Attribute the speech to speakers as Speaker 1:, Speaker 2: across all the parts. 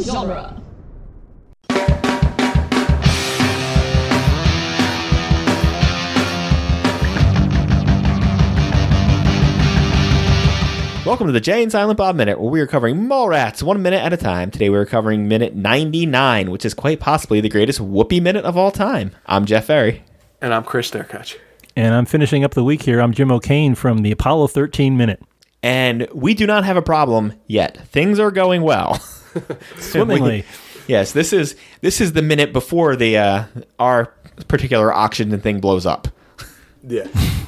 Speaker 1: genre.
Speaker 2: Welcome to the Jay and Silent Bob Minute, where we are covering mall rats one minute at a time. Today we are covering minute 99, which is quite possibly the greatest whoopee minute of all time. I'm Jeff Ferry.
Speaker 3: And I'm Chris Derkach.
Speaker 4: And I'm finishing up the week here. I'm Jim O'Kane from the Apollo 13 Minute.
Speaker 2: And we do not have a problem yet. Things are going well.
Speaker 4: Swimmingly.
Speaker 2: yes, this is this is the minute before the uh, our particular oxygen thing blows up.
Speaker 3: Yeah.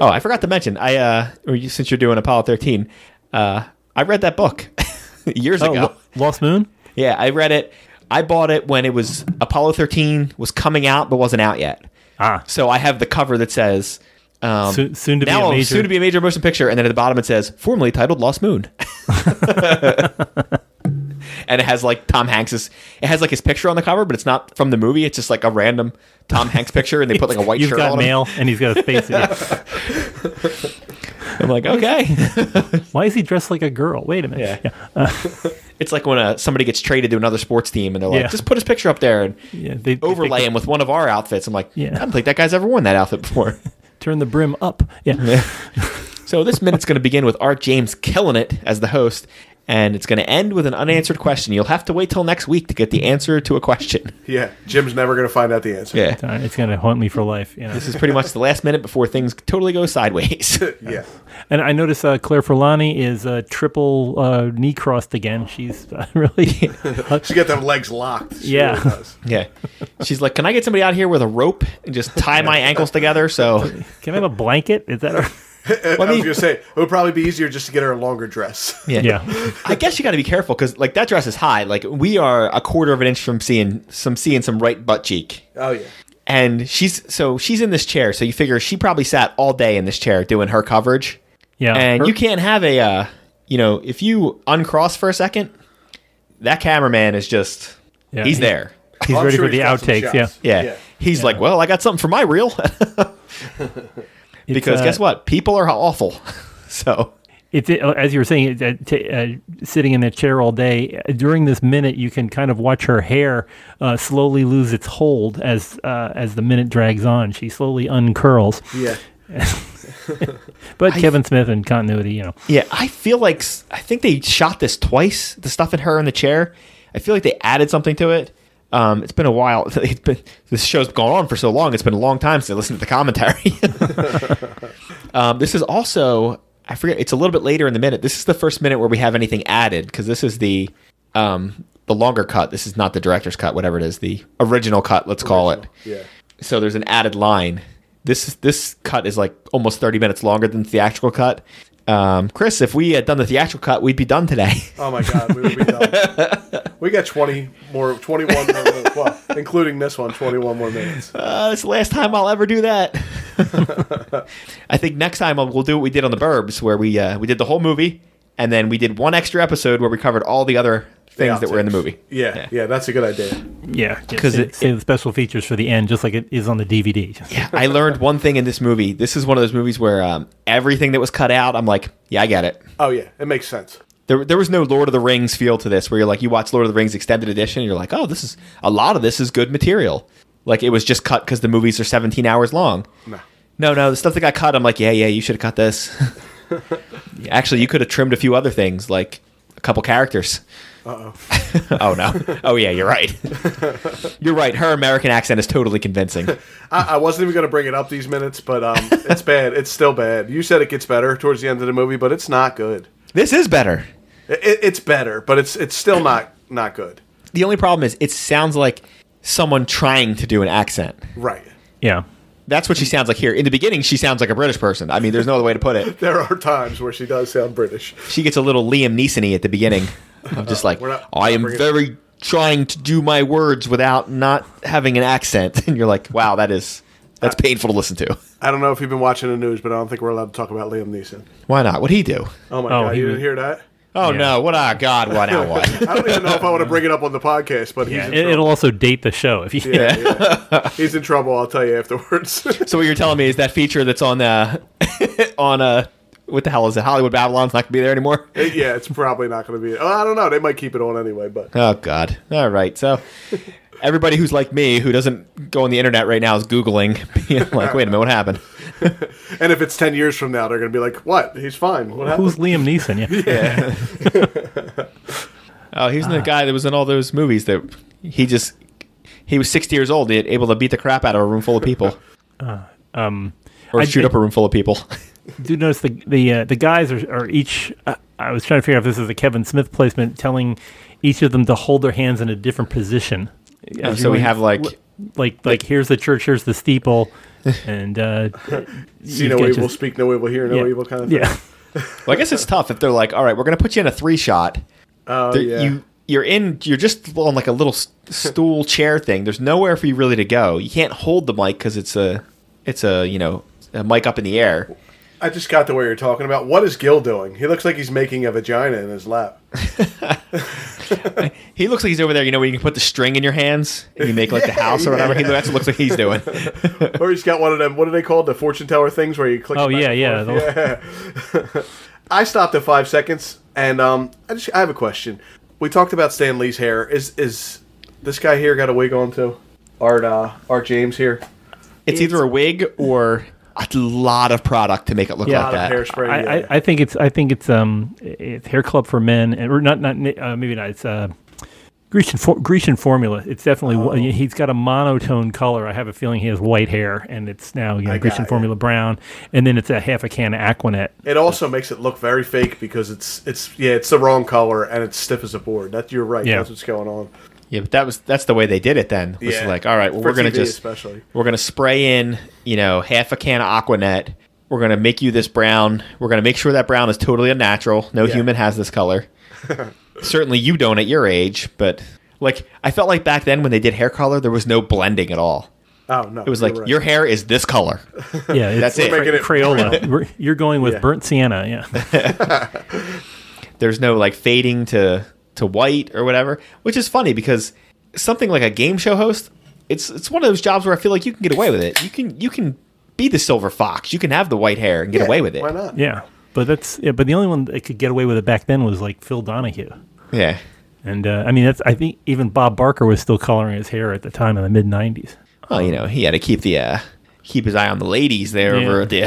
Speaker 2: Oh, I forgot to mention. I uh, or you- since you're doing Apollo 13, uh, I read that book years
Speaker 4: Oh,
Speaker 2: ago.
Speaker 4: Lo- Lost Moon?
Speaker 2: Yeah, I read it. I bought it when it was Apollo 13 was coming out but wasn't out yet.
Speaker 4: Ah.
Speaker 2: So I have the cover that says um,
Speaker 4: Soo- soon to be
Speaker 2: now
Speaker 4: a major-
Speaker 2: soon to be a major motion picture, and then at the bottom it says formerly titled Lost Moon. and it has like Tom Hanks's. It has like his picture on the cover, but it's not from the movie. It's just like a random Tom Hanks picture, and they put like a white
Speaker 4: You've
Speaker 2: shirt
Speaker 4: got
Speaker 2: on him.
Speaker 4: mail and he's got a face. in it.
Speaker 2: I'm like, okay.
Speaker 4: Why is he dressed like a girl? Wait a minute. Uh,
Speaker 2: Yeah. it's like when uh, somebody gets traded to another sports team and they're like,
Speaker 4: Yeah.
Speaker 2: just put his picture up there and
Speaker 4: Yeah, they- they
Speaker 2: overlay
Speaker 4: picked
Speaker 2: him with one of our outfits. I'm like,
Speaker 4: Yeah.
Speaker 2: I don't think that guy's ever worn that outfit before.
Speaker 4: Turn the brim up. Yeah.
Speaker 2: so this minute's going to begin with Art James killing it as the host, and it's going to end with an unanswered question. You'll have to wait till next week to get the answer to a question.
Speaker 3: Yeah. Jim's never going to find out the answer.
Speaker 2: Yeah.
Speaker 4: Darn, It's going to haunt me for life. You know?
Speaker 2: This is pretty much the last minute before things totally go sideways.
Speaker 3: Yeah.
Speaker 4: And I notice uh, Claire Forlani is uh, triple uh, knee crossed again. She's uh, really. uh,
Speaker 3: She got them legs locked. She
Speaker 4: Yeah.
Speaker 3: really does.
Speaker 2: yeah. She's like, Can I get somebody out here with a rope and just tie my ankles together? So,
Speaker 4: Can I have a blanket? Is that.
Speaker 3: I was going to say, it would probably be easier just to get her a longer dress.
Speaker 2: yeah.
Speaker 4: yeah.
Speaker 2: I guess you got to be careful because like that dress is high. Like we are a quarter of an inch from seeing some seeing some right butt cheek,
Speaker 3: Oh, yeah.
Speaker 2: and she's so she's in this chair. So you figure she probably sat all day in this chair doing her coverage,
Speaker 4: Yeah.
Speaker 2: and
Speaker 4: Her-
Speaker 2: you can't have a uh, you know if you uncross for a second, that cameraman is just
Speaker 4: Yeah,
Speaker 2: he's
Speaker 4: he-
Speaker 2: there.
Speaker 4: He's
Speaker 3: I'm
Speaker 4: ready
Speaker 3: sure
Speaker 4: for the
Speaker 3: he's got some
Speaker 4: outtakes. Yeah.
Speaker 3: shots.
Speaker 2: Yeah,
Speaker 3: Yeah.
Speaker 2: he's like, well, I got something for my reel because
Speaker 4: uh,
Speaker 2: guess what? People are awful. so
Speaker 4: It's it, as you were saying, it, uh, t- uh, sitting in a chair all day. uh, During this minute, you can kind of watch her hair uh, slowly lose its hold as uh, as the minute drags on. She slowly uncurls.
Speaker 3: Yeah.
Speaker 4: But Kevin Smith and continuity, you know,
Speaker 2: Yeah, I feel like s- I think they shot this twice. The stuff in her in the chair. I feel like they added something to it. Um, it's been a while. It's been this show's gone on for so long. It's been a long time since I listened to the commentary. um, this is also I forget. It's a little bit later in the minute. This is the first minute where we have anything added because this is the um, the longer cut. This is not the director's cut. Whatever it is, the original cut. Let's call it
Speaker 3: Yeah.
Speaker 2: so there's an added line. This is, this cut is like almost 30 minutes longer than the theatrical cut. Um, Chris, if we had done the theatrical cut, we'd be done today.
Speaker 3: Oh, my God. We would be done. we got 20 more, 21 more minutes. Well, including this one, 21 more minutes.
Speaker 2: Uh, it's the last time I'll ever do that. I think next time I'll, we'll do what we did on the Burbs, where we uh, we did the whole movie, and then we did one extra episode where we covered all the other things that were in the
Speaker 3: outtakes.
Speaker 2: movie.
Speaker 3: Yeah, yeah. That's a good idea.
Speaker 4: yeah,
Speaker 2: 'Cause
Speaker 4: because
Speaker 2: it-
Speaker 4: the special features for the end, just like it is on the DVD.
Speaker 2: Yeah, I learned one thing in this movie. This is one of those movies where um, everything that was cut out, I'm like, yeah, I get it.
Speaker 3: Oh, yeah. It makes sense.
Speaker 2: there, there was no Lord of the Rings feel to this, where you're like, you watch Lord of the Rings extended edition, and you're like, oh, this is a lot of this is good material. Like it was just cut because the movies are 17 hours long.
Speaker 3: No.
Speaker 2: No, no, the stuff that got cut, I'm like, yeah, yeah, you should have cut this. Actually, you could have trimmed a few other things, like a couple characters. Uh oh. oh no. Oh yeah, you're right. you're right. Her American accent is totally convincing.
Speaker 3: I, I wasn't even going to bring it up these minutes, but um, it's bad. It's still bad. You said it gets better towards the end of the movie, but it's not good.
Speaker 2: This is better.
Speaker 3: It, it- it's better, but it's it's still not not good.
Speaker 2: The only problem is it sounds like someone trying to do an accent.
Speaker 3: Right.
Speaker 4: Yeah,
Speaker 2: That's what she sounds like here. In the beginning, she sounds like a British person. I mean, there's no other way to put it.
Speaker 3: There are times where she does sound British.
Speaker 2: She gets a little Liam Neeson at the beginning. I'm just like,
Speaker 3: We're not-
Speaker 2: I am
Speaker 3: we're not
Speaker 2: very trying to do my words without not having an accent. And you're like, wow, that is that's painful to listen to.
Speaker 3: I don't know if you've been watching the news, but I don't think we're allowed to talk about Liam Neeson.
Speaker 2: Why not? What'd he do?
Speaker 3: Oh my
Speaker 4: Oh,
Speaker 3: god,
Speaker 4: he
Speaker 3: you didn't
Speaker 4: was-
Speaker 3: hear that?
Speaker 2: Oh
Speaker 4: Yeah.
Speaker 2: no! What? Ah, God! What? Now what?
Speaker 3: I don't even know if I want to bring it up on the podcast, but he's in
Speaker 4: it,
Speaker 3: trouble.
Speaker 4: will also date the show if you.
Speaker 3: Yeah, yeah. he's in trouble. I'll tell you afterwards.
Speaker 2: so what you're telling me is that feature that's on uh, on uh, what the hell is it? Hollywood Babylon's not gonna be there anymore.
Speaker 3: It- yeah, it's probably not going to be. Oh, I don't know. They might keep it on anyway, but
Speaker 2: Oh God! All right, so everybody who's like me who doesn't go on the internet right now is googling, being like, "Wait a minute, what happened?"
Speaker 3: and if it's ten years from now, they're going to be like, "What? He's fine. What happened?"
Speaker 4: Who's Liam Neeson? Yeah.
Speaker 2: Oh, he was
Speaker 4: Ah.
Speaker 2: the guy that was in all those movies that he just he was sixty years old, yet able to beat the crap out of a room full of people
Speaker 4: Um,
Speaker 2: or
Speaker 4: I-
Speaker 2: shoot
Speaker 4: I-
Speaker 2: up a room full of people.
Speaker 4: do notice the the uh, the guys are, are each. Uh, I was trying to figure out if this is a Kevin Smith placement, telling each of them to hold their hands in a different position. As
Speaker 2: so
Speaker 4: you
Speaker 2: we
Speaker 4: would-
Speaker 2: have, like-
Speaker 4: like like like here's the church, here's the steeple, and uh,
Speaker 3: See
Speaker 4: you've
Speaker 3: no
Speaker 4: got
Speaker 3: evil,
Speaker 4: just-
Speaker 3: speak no evil, hear no
Speaker 4: yeah,
Speaker 3: evil, kind of thing.
Speaker 4: yeah.
Speaker 2: well, I guess it's tough if they're like, "All right, we're gonna put you in a three shot."
Speaker 3: Oh,
Speaker 2: There-
Speaker 3: yeah.
Speaker 2: You you're in you're just on like a little s- stool chair thing. There's nowhere for you really to go. You can't hold the mic because it's a it's a you know a mic up in the air.
Speaker 3: I just got to where you're talking about. What is Gil doing? He looks like he's making a vagina in his lap.
Speaker 2: He looks like he's over there. You know where you can put the string in your hands and you make like the house or whatever. He that's what looks like he's doing.
Speaker 3: or he's got one of them. What are they called? The fortune teller things where you click.
Speaker 4: Oh
Speaker 3: back
Speaker 4: yeah,
Speaker 3: and
Speaker 4: yeah.
Speaker 3: forth. I stopped at five seconds, and um, I just I have a question. We talked about Stan Lee's hair. Is is this guy here got a wig on too? Art uh, Art James here.
Speaker 2: It's, either a wig or a lot of product to make it look
Speaker 4: Yeah.
Speaker 2: like
Speaker 3: Out of
Speaker 2: that.
Speaker 3: hairspray.
Speaker 4: I,
Speaker 3: yeah.
Speaker 4: I, I think it's I think it's um it's hair club for men and- or not not uh, maybe not it's uh Grecian for, Grecian formula. It's definitely
Speaker 3: Oh.
Speaker 4: wh- he's got a monotone color. I have a feeling he has white hair and it's now you know,
Speaker 3: got
Speaker 4: Grecian
Speaker 3: it.
Speaker 4: formula brown and then it's a half a can of Aquanet.
Speaker 3: it also makes it look very fake because it's it's yeah it's the wrong color and it's stiff as a board. That you're right.
Speaker 4: Yeah.
Speaker 3: That's what's going on.
Speaker 2: Yeah, but that was that's the way they did it then. Was
Speaker 3: Yeah.
Speaker 2: like, all right, well,
Speaker 3: For
Speaker 2: we're gonna
Speaker 3: TV
Speaker 2: just
Speaker 3: especially.
Speaker 2: we're gonna spray in, you know, half a can of Aquanet. We're gonna make you this brown. We're gonna make sure that brown is totally unnatural. No
Speaker 3: Yeah.
Speaker 2: human has this color. Certainly, you don't at your age. But like, I felt like back then when they did hair color, there was no blending at all.
Speaker 3: Oh no,
Speaker 2: It was like your hair is this color.
Speaker 4: Yeah, it's
Speaker 2: That's it.
Speaker 4: Cra-
Speaker 3: Making it
Speaker 4: Crayola. We're- You're going with
Speaker 3: Yeah.
Speaker 4: burnt sienna. Yeah,
Speaker 2: there's no like fading to to white or whatever, which is funny because something like a game show host, it's it's one of those jobs where I feel like you can get away with it. You can you can be the silver fox. You can have the white hair and get away with it.
Speaker 3: Why not?
Speaker 4: yeah. But that's yeah, but the only one that could get away with it back then was like Phil Donahue.
Speaker 2: Yeah.
Speaker 4: And uh, I mean that's I think even Bob Barker was still coloring his hair at the time in the mid '90s.
Speaker 2: Well, you know, he had to keep the uh keep his eye on the ladies there over at the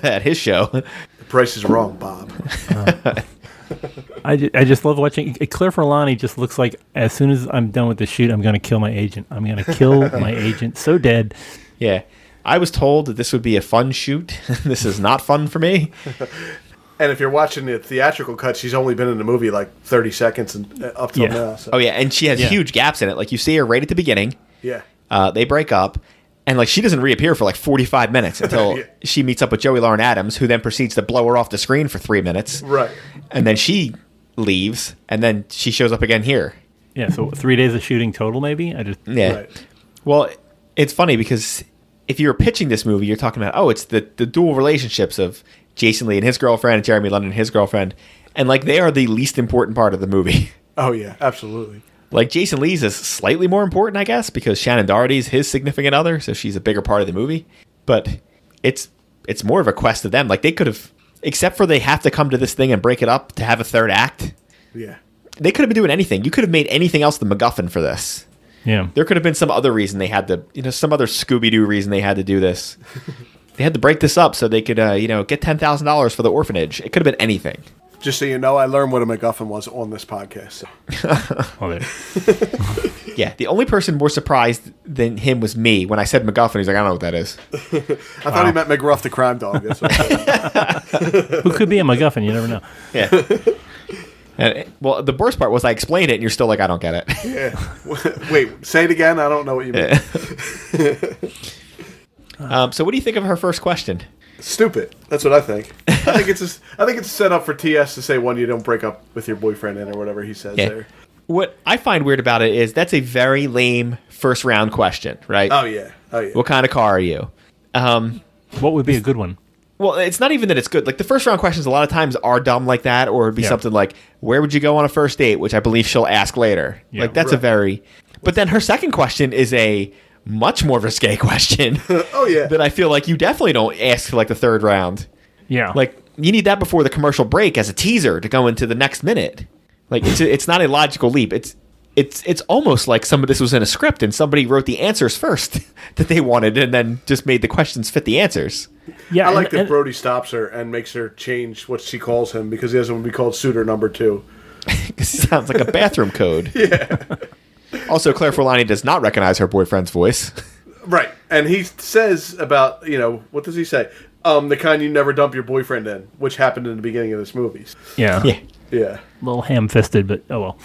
Speaker 2: at his show.
Speaker 3: The price is wrong, Bob.
Speaker 4: I just, I just love watching Claire Forlani. Just looks like as soon as I'm done with the shoot, I'm gonna kill my agent. I'm gonna kill my agent. So dead.
Speaker 2: Yeah. I was told that this would be a fun shoot. this is not fun for me.
Speaker 3: And if you're watching the theatrical cut, she's only been in the movie like 30 seconds and uh, up till
Speaker 4: Yeah.
Speaker 3: now. So.
Speaker 2: Oh yeah, and she has huge gaps in it. Like you see her right at the beginning.
Speaker 3: yeah.
Speaker 2: Uh, they break up, and like she doesn't reappear for like 45 minutes until
Speaker 3: Yeah.
Speaker 2: she meets up with Joey Lauren Adams, who then proceeds to blow her off the screen for three minutes.
Speaker 3: Right.
Speaker 2: And then she leaves, and then she shows up again here.
Speaker 4: Yeah. So three days of shooting total, maybe. I just
Speaker 2: Yeah.
Speaker 3: Right.
Speaker 2: Well, it's funny because if you were pitching this movie, you're talking about oh, it's the the dual relationships of Jason Lee and his girlfriend, and Jeremy London and his girlfriend, and like they are the least important part of the movie.
Speaker 3: Oh, yeah. Absolutely.
Speaker 2: Like Jason Lee's is slightly more important, I guess, because Shannon Doherty's his significant other, so she's a bigger part of the movie. But it's it's more of a quest to them. Like they could have, except for they have to come to this thing and break it up to have a third act.
Speaker 3: Yeah.
Speaker 2: They could have been doing anything. You could have made anything else the MacGuffin for this.
Speaker 4: yeah.
Speaker 2: There could have been some other reason they had to, you know, some other Scooby Doo reason they had to do this. they had to break this up so they could, uh, you know, get ten thousand dollars for the orphanage. It could have been anything.
Speaker 3: Just so you know, I learned what a MacGuffin was on this podcast. So.
Speaker 4: Oh, there.
Speaker 2: Yeah, the only person more surprised than him was me when I said MacGuffin. He's like, I don't know what that is.
Speaker 3: I thought he meant McGruff the crime dog. That's what I thought.
Speaker 4: Who could be a MacGuffin? You never know.
Speaker 2: Yeah. And, well, the worst part was I explained it, and you're still like, I don't get it.
Speaker 3: Yeah. Wait, say it again. I don't know what you mean.
Speaker 2: Um, so, what do you think of her first question?
Speaker 3: Stupid. That's what I think. I think it's just, I think it's set up for TS to say one you don't break up with your boyfriend in or whatever he says there.
Speaker 2: What I find weird about it is that's a very lame first round question, right?
Speaker 3: Oh yeah. Oh yeah.
Speaker 2: What kind of car are you? Um,
Speaker 4: What would be a good one?
Speaker 2: well, it's not even that it's good. Like the first round questions, a lot of times are dumb like that, or it'd be
Speaker 4: Yeah.
Speaker 2: something like, "Where would you go on a first date?" Which I believe she'll ask later.
Speaker 4: Yeah.
Speaker 2: like that's a
Speaker 3: Right.
Speaker 2: very. But then her second question is a much more risque question
Speaker 3: Oh yeah.
Speaker 2: that I feel like you definitely don't ask for like the third round.
Speaker 4: Yeah.
Speaker 2: Like, you need that before the commercial break as a teaser to go into the next minute. Like it's it's not a logical leap. It's it's it's almost like some of this was in a script and somebody wrote the answers first that they wanted and then just made the questions fit the answers.
Speaker 4: Yeah,
Speaker 3: I like
Speaker 4: and-
Speaker 3: that
Speaker 4: and-
Speaker 3: Brody stops her and makes her change what she calls him because he doesn't want to be called suitor number two.
Speaker 2: 'Cause it sounds like a bathroom code. yeah. Also, Claire Forlani does not recognize her boyfriend's voice.
Speaker 3: Right. And he says about, you know, what does he say? Um, the kind you never dump your boyfriend in, which happened in the beginning of this movie.
Speaker 4: yeah,
Speaker 2: yeah.
Speaker 3: Yeah.
Speaker 4: a little ham-fisted, but oh well.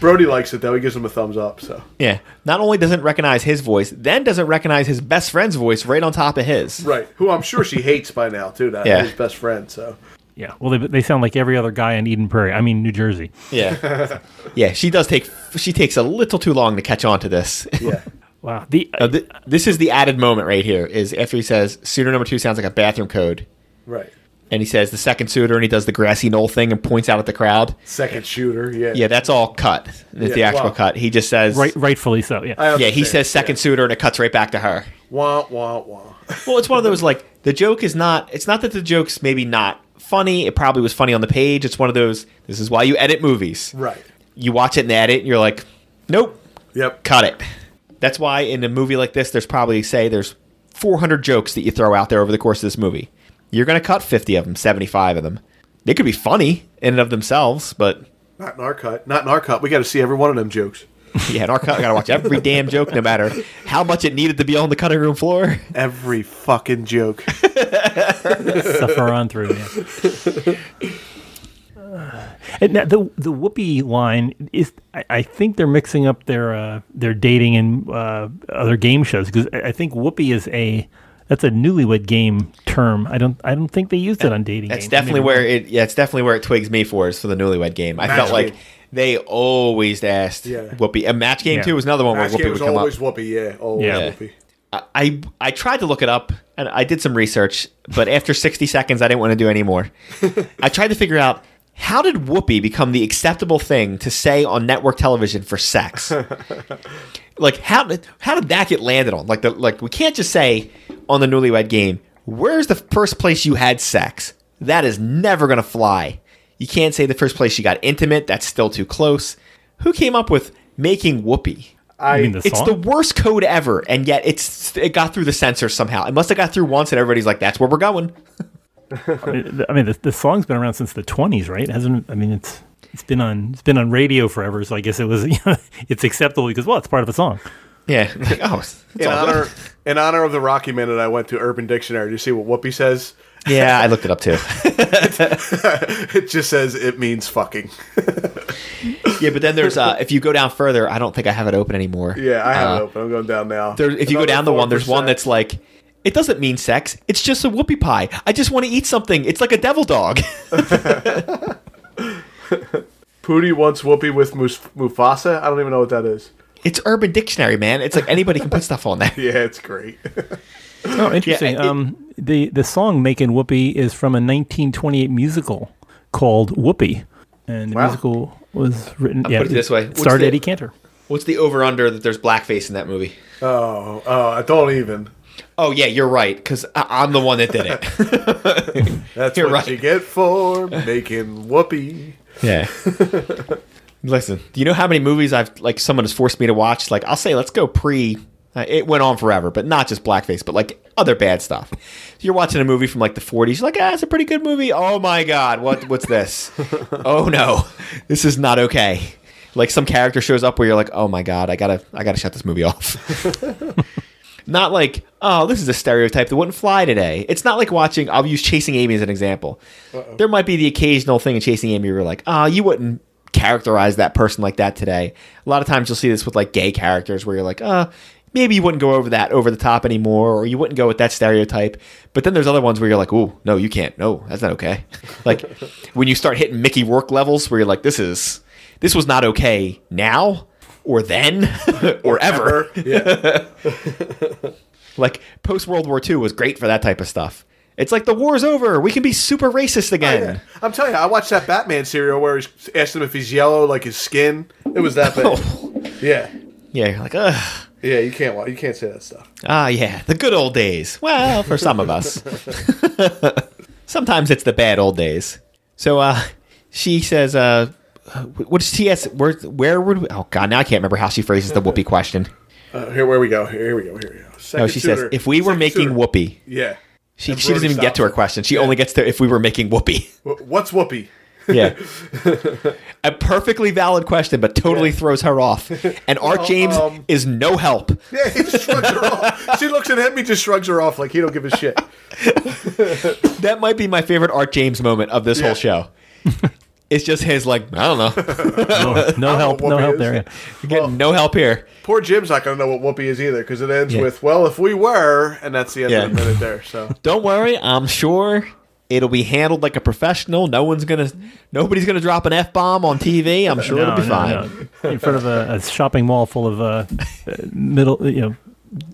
Speaker 3: Brody likes it though. He gives him a thumbs up. So
Speaker 2: Yeah. Not only doesn't recognize his voice, then doesn't recognize his best friend's voice right on top of his.
Speaker 3: right, who I'm sure she hates by now too. That
Speaker 2: Yeah.
Speaker 3: his best friend. So
Speaker 4: Yeah, well, they, they sound like every other guy in Eden Prairie. I mean, New Jersey.
Speaker 2: Yeah. yeah, she does take she takes a little too long to catch on to this.
Speaker 3: yeah,
Speaker 4: Wow. The
Speaker 2: Uh, th- this is the added moment right here is after he says suitor number 2 sounds like a bathroom code
Speaker 3: right.
Speaker 2: and he says the second suitor and he does the grassy knoll thing and points out at the crowd.
Speaker 3: Second shooter. Yeah.
Speaker 2: Yeah, that's all cut. It's the
Speaker 3: Yeah,
Speaker 2: actual
Speaker 3: wow.
Speaker 2: cut. He just says
Speaker 4: right, rightfully so. Yeah.
Speaker 3: I
Speaker 2: Yeah, he
Speaker 3: understand.
Speaker 2: says second suitor and it cuts right back to her.
Speaker 3: Wah wah wah.
Speaker 2: Well, it's one of those like the joke is not. It's not that the joke's maybe not funny. It probably was funny on the page. It's one of those. This is why you edit movies.
Speaker 3: Right.
Speaker 2: You watch it and edit, and you're like, nope,
Speaker 3: Yep.
Speaker 2: cut it. That's why in a movie like this, there's probably say there's 400 jokes that you throw out there over the course of this movie. You're gonna cut 50 of them, 75 of them. They could be funny in and of themselves, but
Speaker 3: Not in our cut. Not in our cut. We got to see every one of them jokes.
Speaker 2: yeah, in our cut, I gotta watch every damn joke, no matter how much it needed to be on the cutting room floor.
Speaker 3: Every fucking joke.
Speaker 4: suffer on through. Yeah. And now the the whoopee line is I, I think they're mixing up their uh, their dating and uh, other game shows because I, I think whoopee is a that's a newlywed game term. I don't I don't think they used it on dating.
Speaker 2: That's
Speaker 4: games.
Speaker 2: definitely
Speaker 4: Maybe-
Speaker 2: where it. Yeah, it's definitely where it twigs me for is for the newlywed game. I felt like
Speaker 3: game.
Speaker 2: they always asked
Speaker 3: Yeah.
Speaker 2: Whoopi. And match game
Speaker 4: Yeah.
Speaker 2: too was another one
Speaker 3: Last
Speaker 2: where
Speaker 3: game
Speaker 2: Whoopi
Speaker 3: was
Speaker 2: would come
Speaker 3: always
Speaker 2: up.
Speaker 3: whoopee. Yeah. Always
Speaker 4: Yeah.
Speaker 3: whoopee.
Speaker 2: I I tried to look it up and I did some research, but after 60 seconds, I didn't want to do any more. I tried to figure out how did Whoopi become the acceptable thing to say on network television for sex. like how did how did that get landed on? Like the like we can't just say on the newlywed game, where's the first place you had sex? That is never gonna fly. You can't say the first place you got intimate, that's still too close. Who came up with making whoopee?
Speaker 4: You mean the
Speaker 2: It's
Speaker 4: song?
Speaker 2: the worst code ever, and yet it's it got through the censors somehow. It must have got through once, and everybody's like, "That's where we're going."
Speaker 4: I mean, the, the song's been around since the twenties, right? It hasn't I mean it's it's been on it's been on radio forever, so I guess it was it's acceptable because well, it's part of a song.
Speaker 2: Yeah. Like, oh, it's- it's
Speaker 3: In
Speaker 2: all good.
Speaker 3: honor, in honor of the Rocky Minute, I went to Urban Dictionary to see what whoopee says.
Speaker 2: Yeah, I looked it up too.
Speaker 3: It just says it means fucking.
Speaker 2: yeah, but then there's uh, if you go down further, I don't think I have it open anymore.
Speaker 3: Yeah, I have
Speaker 2: Uh,
Speaker 3: it open. I'm going down now.
Speaker 2: There, if you go
Speaker 3: Another
Speaker 2: down the one, there's one
Speaker 3: 4%.
Speaker 2: that's like, it doesn't mean sex. It's just a whoopie pie. I just want to eat something. It's like a devil dog.
Speaker 3: Pootie wants Whoopi with Mus- Mufasa. I don't even know what that is.
Speaker 2: it's Urban Dictionary, man. It's like anybody can put stuff on there.
Speaker 3: Yeah, it's great.
Speaker 4: Oh, interesting.
Speaker 2: it-
Speaker 4: um, the the song "Making Whoopee" is from a 1928 musical called Whoopee, and the
Speaker 3: Wow.
Speaker 4: musical was written. yeah,
Speaker 2: put it this way. What's
Speaker 4: starred
Speaker 2: the-
Speaker 4: Eddie Cantor.
Speaker 2: What's the over under that there's blackface in that movie?
Speaker 3: oh, oh, I don't even.
Speaker 2: Oh yeah, you're right. Because I'm the one that did it.
Speaker 3: That's
Speaker 2: You're
Speaker 3: what
Speaker 2: right.
Speaker 3: you get for making Whoopi.
Speaker 2: Yeah. Listen, do you know how many movies I've like someone has forced me to watch? Like I'll say, let's go pre. Uh, it went on forever, but not just blackface, but like other bad stuff. You're watching a movie from like the 40s. You're like, ah, it's a pretty good movie. Oh my god, what what's this? oh no, this is not okay. Like some character shows up where you're like, oh my god, I gotta I gotta shut this movie off. not like, oh, this is a stereotype that wouldn't fly today. It's not like watching. I'll use Chasing Amy as an example. There might be the occasional thing in Chasing Amy where you're like, ah, you wouldn't characterize that person like that today. A lot of times you'll see this with like gay characters where you're like, uh, maybe you wouldn't go over that over the top anymore, or you wouldn't go with that stereotype. But then there's other ones where you're like, oh, no, you can't. No, that's not okay. like when you start hitting Mickey Rourke levels where you're like, this is this was not okay now or then or ever.
Speaker 3: Yeah,
Speaker 2: Like post World War II was great for that type of stuff. It's like the war's over. We can be super racist again.
Speaker 3: I'm telling you, I watched that Batman serial where he's asked him if he's yellow, like his skin. It was that bad.
Speaker 2: Oh.
Speaker 3: Yeah,
Speaker 2: yeah, you're like, ugh.
Speaker 3: yeah. You can't wa- you can't say that stuff.
Speaker 2: Ah, yeah, the good old days. Well, for some of us. sometimes it's the bad old days. So uh, she says, uh, "What's TS? Where, where would? We, oh God, now I can't remember how she phrases the whoopee question.
Speaker 3: Uh, here, where we go. Here we go. Here we go. Second
Speaker 2: No, she says,
Speaker 3: shooter.
Speaker 2: if we were
Speaker 3: Second
Speaker 2: making
Speaker 3: shooter.
Speaker 2: whoopee,
Speaker 3: yeah.
Speaker 2: she,
Speaker 3: And
Speaker 2: she doesn't
Speaker 3: Brody
Speaker 2: even get to her
Speaker 3: stops
Speaker 2: question. She only gets to if we were making whoopee.
Speaker 3: it. Wh- What's whoopee?
Speaker 2: Yeah. A perfectly valid question, but totally throws her off. And Art James
Speaker 3: um,
Speaker 2: is no help.
Speaker 3: Yeah, he just shrugs her off. She looks at him. He just shrugs her off like he don't give a shit.
Speaker 2: That might be my favorite Art James moment of this
Speaker 3: Yeah.
Speaker 2: whole show. it's just his, like, I don't know.
Speaker 4: No, no help, no
Speaker 3: whoopee
Speaker 4: help
Speaker 3: is.
Speaker 4: there.
Speaker 2: We're getting no help here.
Speaker 3: Poor Jim's not gonna know what whoopee is either because it ends
Speaker 2: Yeah.
Speaker 3: with well, if we were, and that's the end of the
Speaker 2: Yeah.
Speaker 3: minute there. So
Speaker 2: Don't worry. I'm sure it'll be handled like a professional. No one's going to, nobody's going to drop an F bomb on TV. I'm sure it'll be fine.
Speaker 4: no. In front of a, a shopping mall full of uh, uh, middle, you know,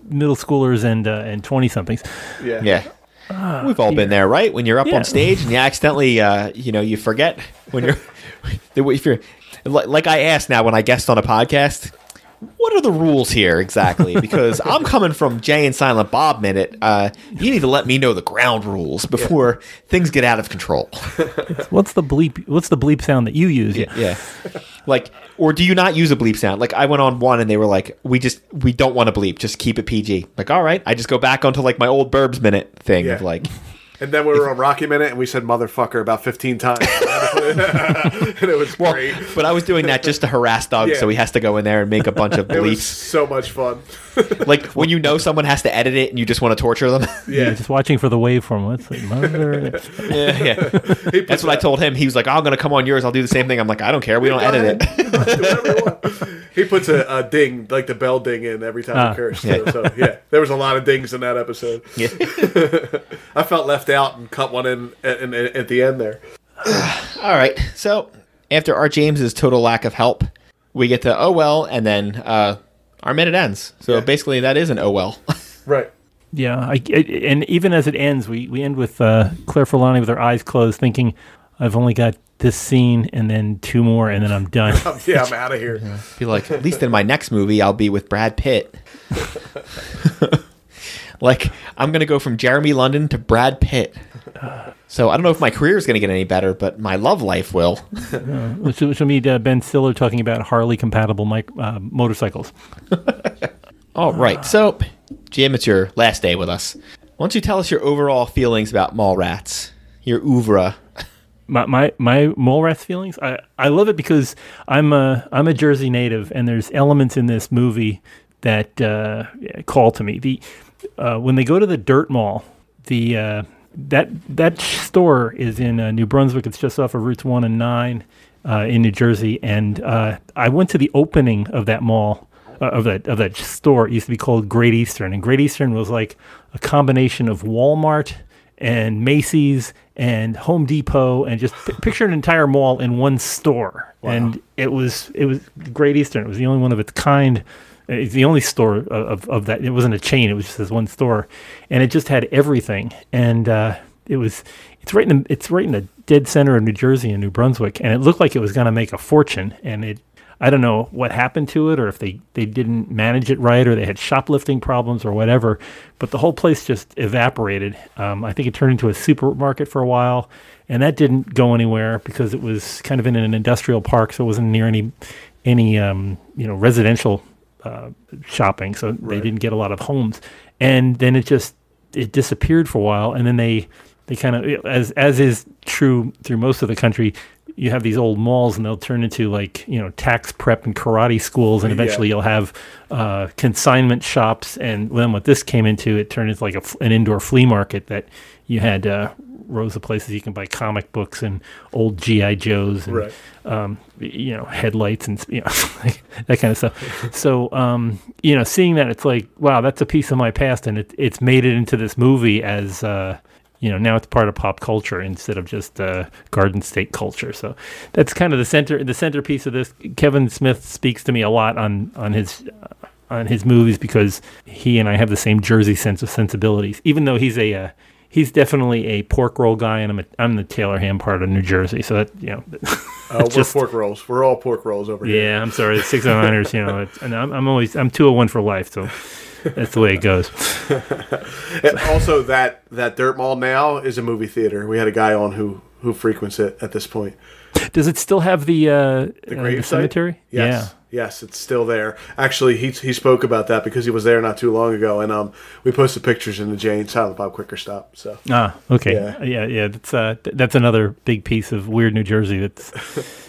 Speaker 4: middle schoolers and uh, and twenty somethings.
Speaker 3: yeah,
Speaker 2: Yeah. We've all been there, right? When you're up
Speaker 4: Yeah.
Speaker 2: on stage and you accidentally, uh, you know, you forget when you're, if you're, li- like I asked now when I guest on a podcast, what are the rules here exactly? Because I'm coming from Jay and Silent Bob minute. Uh, you need to let me know the ground rules before things get out of control.
Speaker 4: What's the bleep? What's the bleep sound that you use?
Speaker 2: yeah. Like, or do you not use a bleep sound? Like, I went on one and they were like, we just, we don't want to bleep. Just keep it PG. Like, all right. I just go back onto like my old Burbs minute thing of
Speaker 3: Yeah.
Speaker 2: like,
Speaker 3: And then we were on Rocky Minute, and we said motherfucker about fifteen times, and it was
Speaker 2: Well,
Speaker 3: great.
Speaker 2: but I was doing that just to harass Doug,
Speaker 3: Yeah.
Speaker 2: so he has to go in there and make a bunch of
Speaker 3: It was
Speaker 2: bleeps.
Speaker 3: so much fun.
Speaker 2: like when you know someone has to edit it and you just want to torture them.
Speaker 4: You're
Speaker 3: Yeah,
Speaker 4: just watching for the waveform. What's the mother?
Speaker 2: yeah, yeah.
Speaker 3: He puts
Speaker 2: That's what I
Speaker 3: out-
Speaker 2: told him. He was like, "Oh, "I'm gonna come on yours. I'll do the same thing." I'm like, "I don't care. We don't edit it."
Speaker 3: Whatever you want. He puts a, a ding, like the bell ding, in every time
Speaker 4: Ah.
Speaker 3: he cursed.
Speaker 2: Yeah.
Speaker 3: too. So yeah, there was a lot of dings in that episode.
Speaker 2: Yeah.
Speaker 3: I felt left out and cut one in at, in, at the end there.
Speaker 2: All right. So after Art James's total lack of help, we get to oh well, and then uh, our minute ends. So
Speaker 3: Yeah.
Speaker 2: basically, that is an oh well.
Speaker 3: Right.
Speaker 4: yeah, I, I- and even as it ends, we we end with uh, Claire Forlani with her eyes closed, thinking, "I've only got this scene, and then two more, and then I'm done."
Speaker 3: Oh, Yeah, I'm out of here.
Speaker 2: Be like, at least in my next movie, I'll be with Brad Pitt. like, I'm going to go from Jeremy London to Brad Pitt. So I don't know if my career is going to get any better, but my love life will.
Speaker 4: which, which will mean uh, Ben Stiller talking about Harley compatible mic- uh, motorcycles.
Speaker 2: All right. So, Jim, it's your last day with us. Why don't you tell us your overall feelings about Mallrats, your oeuvre?
Speaker 4: my my my mole rats feelings. I I love it because I'm a I'm a Jersey native, and there's elements in this movie that uh, call to me. The uh, when they go to the dirt mall, the uh, that that store is in uh, New Brunswick. It's just off of Routes One and Nine uh, in New Jersey, and uh, I went to the opening of that mall uh, of that of that store. It used to be called Great Eastern, and Great Eastern was like a combination of Walmart and Macy's and Home Depot, and just p- picture an entire mall in one store. And it was it was Great Eastern. It was the only one of its kind. It's the only store of, of, of that. It wasn't a chain. It was just this one store, and it just had everything. And uh, it was it's right in the, it's right in the dead center of New Jersey and New Brunswick, and it looked like it was going to make a fortune. And it I don't know what happened to it, or if they they didn't manage it right, or they had shoplifting problems, or whatever. But the whole place just evaporated. Um, I think it turned into a supermarket for a while, and that didn't go anywhere because it was kind of in an industrial park, so it wasn't near any any um, you know residential uh, shopping, so they didn't get a lot of homes. And then it just it disappeared for a while, and then they they kind of as as is true through most of the country. You have these old malls, and they'll turn into like you know tax prep and karate schools, and eventually you'll have uh, consignment shops. And then what this came into, it turned into like a f an indoor flea market that you had uh, rows of places you can buy comic books and old GI Joes and
Speaker 3: Right.
Speaker 4: um, you know, headlights and you know, like that kind of stuff. So, um, you know, seeing that, it's like, wow, that's a piece of my past, and it, it's made it into this movie as, uh, you know, now it's part of pop culture instead of just uh, Garden State culture. So, that's kind of the center, the centerpiece of this. Kevin Smith speaks to me a lot on on his on his movies because he and I have the same Jersey sense of sensibilities. Even though he's a uh, he's definitely a pork roll guy, and I'm a, I'm the Taylor ham part of New Jersey. So that you know,
Speaker 3: Uh, we're
Speaker 4: Just-
Speaker 3: pork rolls. We're all pork rolls over here.
Speaker 4: oh yeah, I'm sorry, the 609ers. You know, it's, and I'm, I'm always I'm 201 for life. So That's the way it goes.
Speaker 3: And also, that that dirt mall now is a movie theater. We had a guy on who who frequents it at this point.
Speaker 4: Does it still have the uh, the,
Speaker 3: grave
Speaker 4: the
Speaker 3: site?
Speaker 4: cemetery?
Speaker 3: Yes. Yes, it's still there. Actually, he he spoke about that because he was there not too long ago, and um, we posted pictures in the Jane Silent Bob Quicker Stop. So
Speaker 4: Yeah. Ah, okay.
Speaker 3: Yeah.
Speaker 4: Yeah, yeah. that's uh, th- that's another big piece of weird New Jersey. That's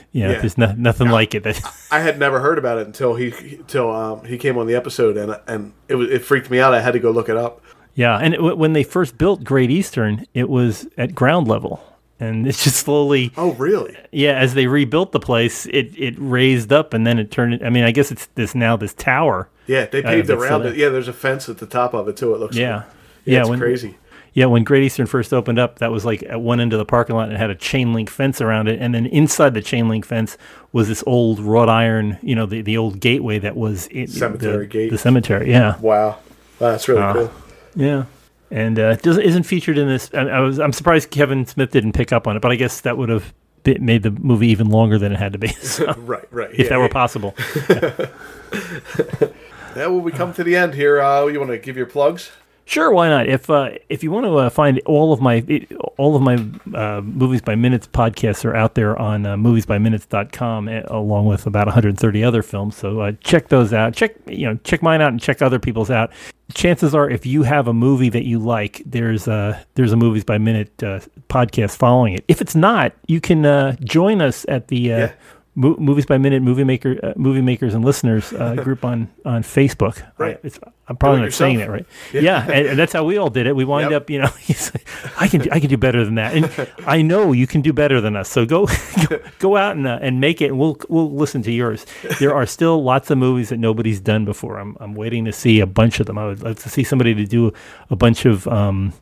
Speaker 4: you know,
Speaker 3: Yeah.
Speaker 4: there's no, nothing like it. That
Speaker 3: I had never heard about it until he till um, he came on the episode, and and it was it freaked me out. I had to go look it up.
Speaker 4: Yeah, and it, w- when they first built Great Eastern, it was at ground level, and it's just slowly,
Speaker 3: Oh, really?
Speaker 4: yeah. As they rebuilt the place, it it raised up, and then it turned. it- I mean, I guess it's this now this tower.
Speaker 3: Yeah, they
Speaker 4: Uh,
Speaker 3: paved
Speaker 4: that's
Speaker 3: around
Speaker 4: still
Speaker 3: it. Yeah, there's a fence at the top of it too. It looks
Speaker 4: Yeah,
Speaker 3: like. yeah, it's
Speaker 4: when,
Speaker 3: crazy.
Speaker 4: Yeah, when Great Eastern first opened up, that was like at one end of the parking lot, and it had a chain link fence around it, and then inside the chain link fence was this old wrought iron, you know, the, the old gateway that was it, the,
Speaker 3: Cemetery gate.
Speaker 4: the cemetery. Yeah,
Speaker 3: Wow, that's
Speaker 4: Uh-huh.
Speaker 3: really cool.
Speaker 4: Yeah. And uh, it doesn't isn't featured in this. I, I was I'm surprised Kevin Smith didn't pick up on it, but I guess that would have be- made the movie even longer than it had to be, so,
Speaker 3: Right, right.
Speaker 4: if
Speaker 3: yeah,
Speaker 4: that were
Speaker 3: yeah.
Speaker 4: possible.
Speaker 3: Yeah, well, we come to the end here. Uh, you want to give your plugs?
Speaker 4: Sure, why not? If uh, if you want to uh, find all of my it, all of my uh, movies by minutes podcasts are out there on uh, moviesbyminutes.com eh, along with about 130 other films. So uh, check those out. Check you know check mine out and check other people's out. Chances are, if you have a movie that you like, there's a there's a movies by minute uh, podcast following it. If it's not, you can uh, join us at the uh,
Speaker 3: Yeah.
Speaker 4: Mo- movies by minute movie maker uh, movie makers and listeners uh, group on on Facebook.
Speaker 3: Right.
Speaker 4: I, it's, I'm probably
Speaker 3: Do it
Speaker 4: not saying that
Speaker 3: yourself.
Speaker 4: right. Yeah, and, and that's how we all did it. We wind
Speaker 3: Yep.
Speaker 4: up, you know, he's like, I can do, I can do better than that, and I know you can do better than us. So go go, go out and uh, and make it. And we'll we'll listen to yours. There are still lots of movies that nobody's done before. I'm I'm waiting to see a bunch of them. I would like to see somebody to do a bunch of um,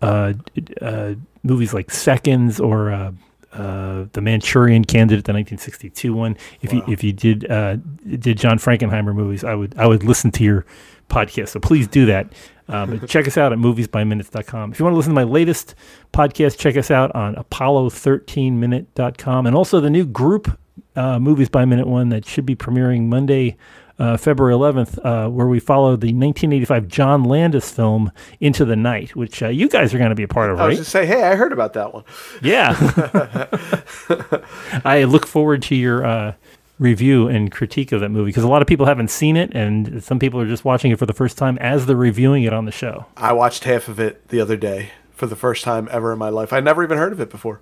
Speaker 4: uh, uh, movies like Seconds or uh, uh, the Manchurian Candidate, the 1962 one. If you if you did uh, did John Frankenheimer movies, I would I would listen to your podcast. So please do that. Uh, but check us out at moviesbyminutes.com. If you want to listen to my latest podcast, check us out on apollo13minute.com and also the new group uh, movies by minute one that should be premiering Monday, uh, February 11th, uh, where we follow the 1985 John Landis film Into the Night, which uh, you guys are going to be a part of,
Speaker 3: I was
Speaker 4: right?
Speaker 3: just say, hey, I heard about that one.
Speaker 4: Yeah. I look forward to your uh, review and critique of that movie because a lot of people haven't seen it, and some people are just watching it for the first time as they're reviewing it on the show.
Speaker 3: I watched half of it the other day for the first time ever in my life. I never even heard of it before.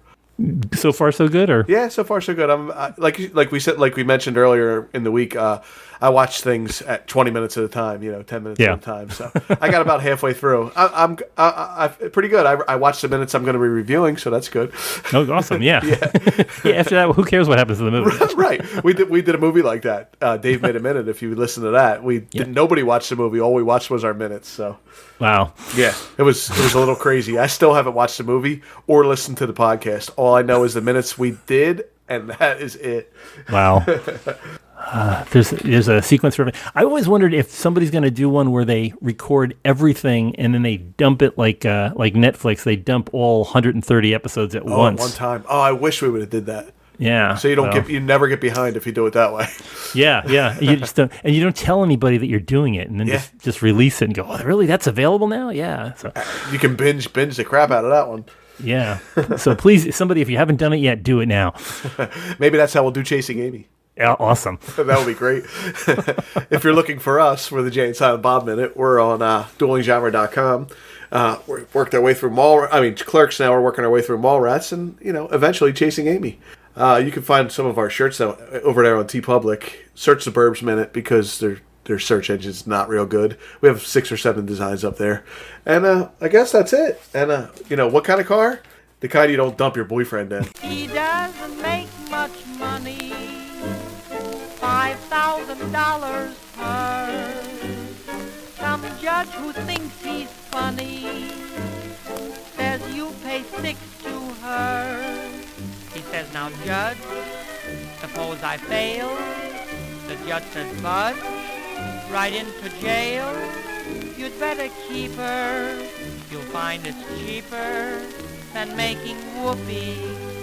Speaker 4: So far, so good, or
Speaker 3: Yeah, so far so good. I'm I, like like we said like we mentioned earlier in the week. Uh, I watch things at 20 minutes at a time. You know, 10 minutes
Speaker 4: Yeah.
Speaker 3: at a time. So I got about halfway through. I, I'm I, I, I- pretty good. I, I watched the minutes I'm going to be reviewing, so that's good.
Speaker 4: oh, awesome, yeah, yeah. After that, who cares what happens to the movie?
Speaker 3: right. We did we did a movie like that. Uh, Dave made a minute. If you listen to that, we did, nobody watched the movie. All we watched was our minutes. So
Speaker 4: Wow.
Speaker 3: yeah, it was it was a little crazy. I still haven't watched the movie or listened to the podcast. All I know is the minutes we did, and that is it.
Speaker 4: Wow. Uh, there's there's a sequence for I always wondered if somebody's going to do one where they record everything and then they dump it like uh, like Netflix. They dump all 130 episodes at
Speaker 3: Oh,
Speaker 4: once.
Speaker 3: one time. Oh, I wish we would have did that.
Speaker 4: Yeah.
Speaker 3: So you don't
Speaker 4: well,
Speaker 3: get you never get behind if you do it that way.
Speaker 4: Yeah, yeah. You just don't, and you don't tell anybody that you're doing it, and then
Speaker 3: Yeah.
Speaker 4: just just release it and go. Oh, really? That's available now? Yeah. So,
Speaker 3: You can binge binge the crap out of that one.
Speaker 4: yeah. so please, somebody, if you haven't done it yet, do it now.
Speaker 3: Maybe that's how we'll do Chasing Amy.
Speaker 4: Yeah, awesome.
Speaker 3: That would be great. if you're looking for us, we're the Jay and Silent Bob Minute. We're on uh, duelinggenre.com. Uh, we worked our way through Mall. I mean, Clerks. Now we're working our way through Mall Rats, and you know, eventually Chasing Amy. Uh, you can find some of our shirts now over there on T Public. Search the Burbs Minute because their their search engine's not real good. We have six or seven designs up there, and uh, I guess that's it. And uh, you know, what kind of car? The kind you don't dump your boyfriend in.
Speaker 1: He doesn't make much money, five thousand dollars per. Some judge who thinks he's funny says you pay six to her. He says, now judge, suppose I fail. The judge says, budge, right into jail. You'd better keep her. You'll find it's cheaper than making whoopee.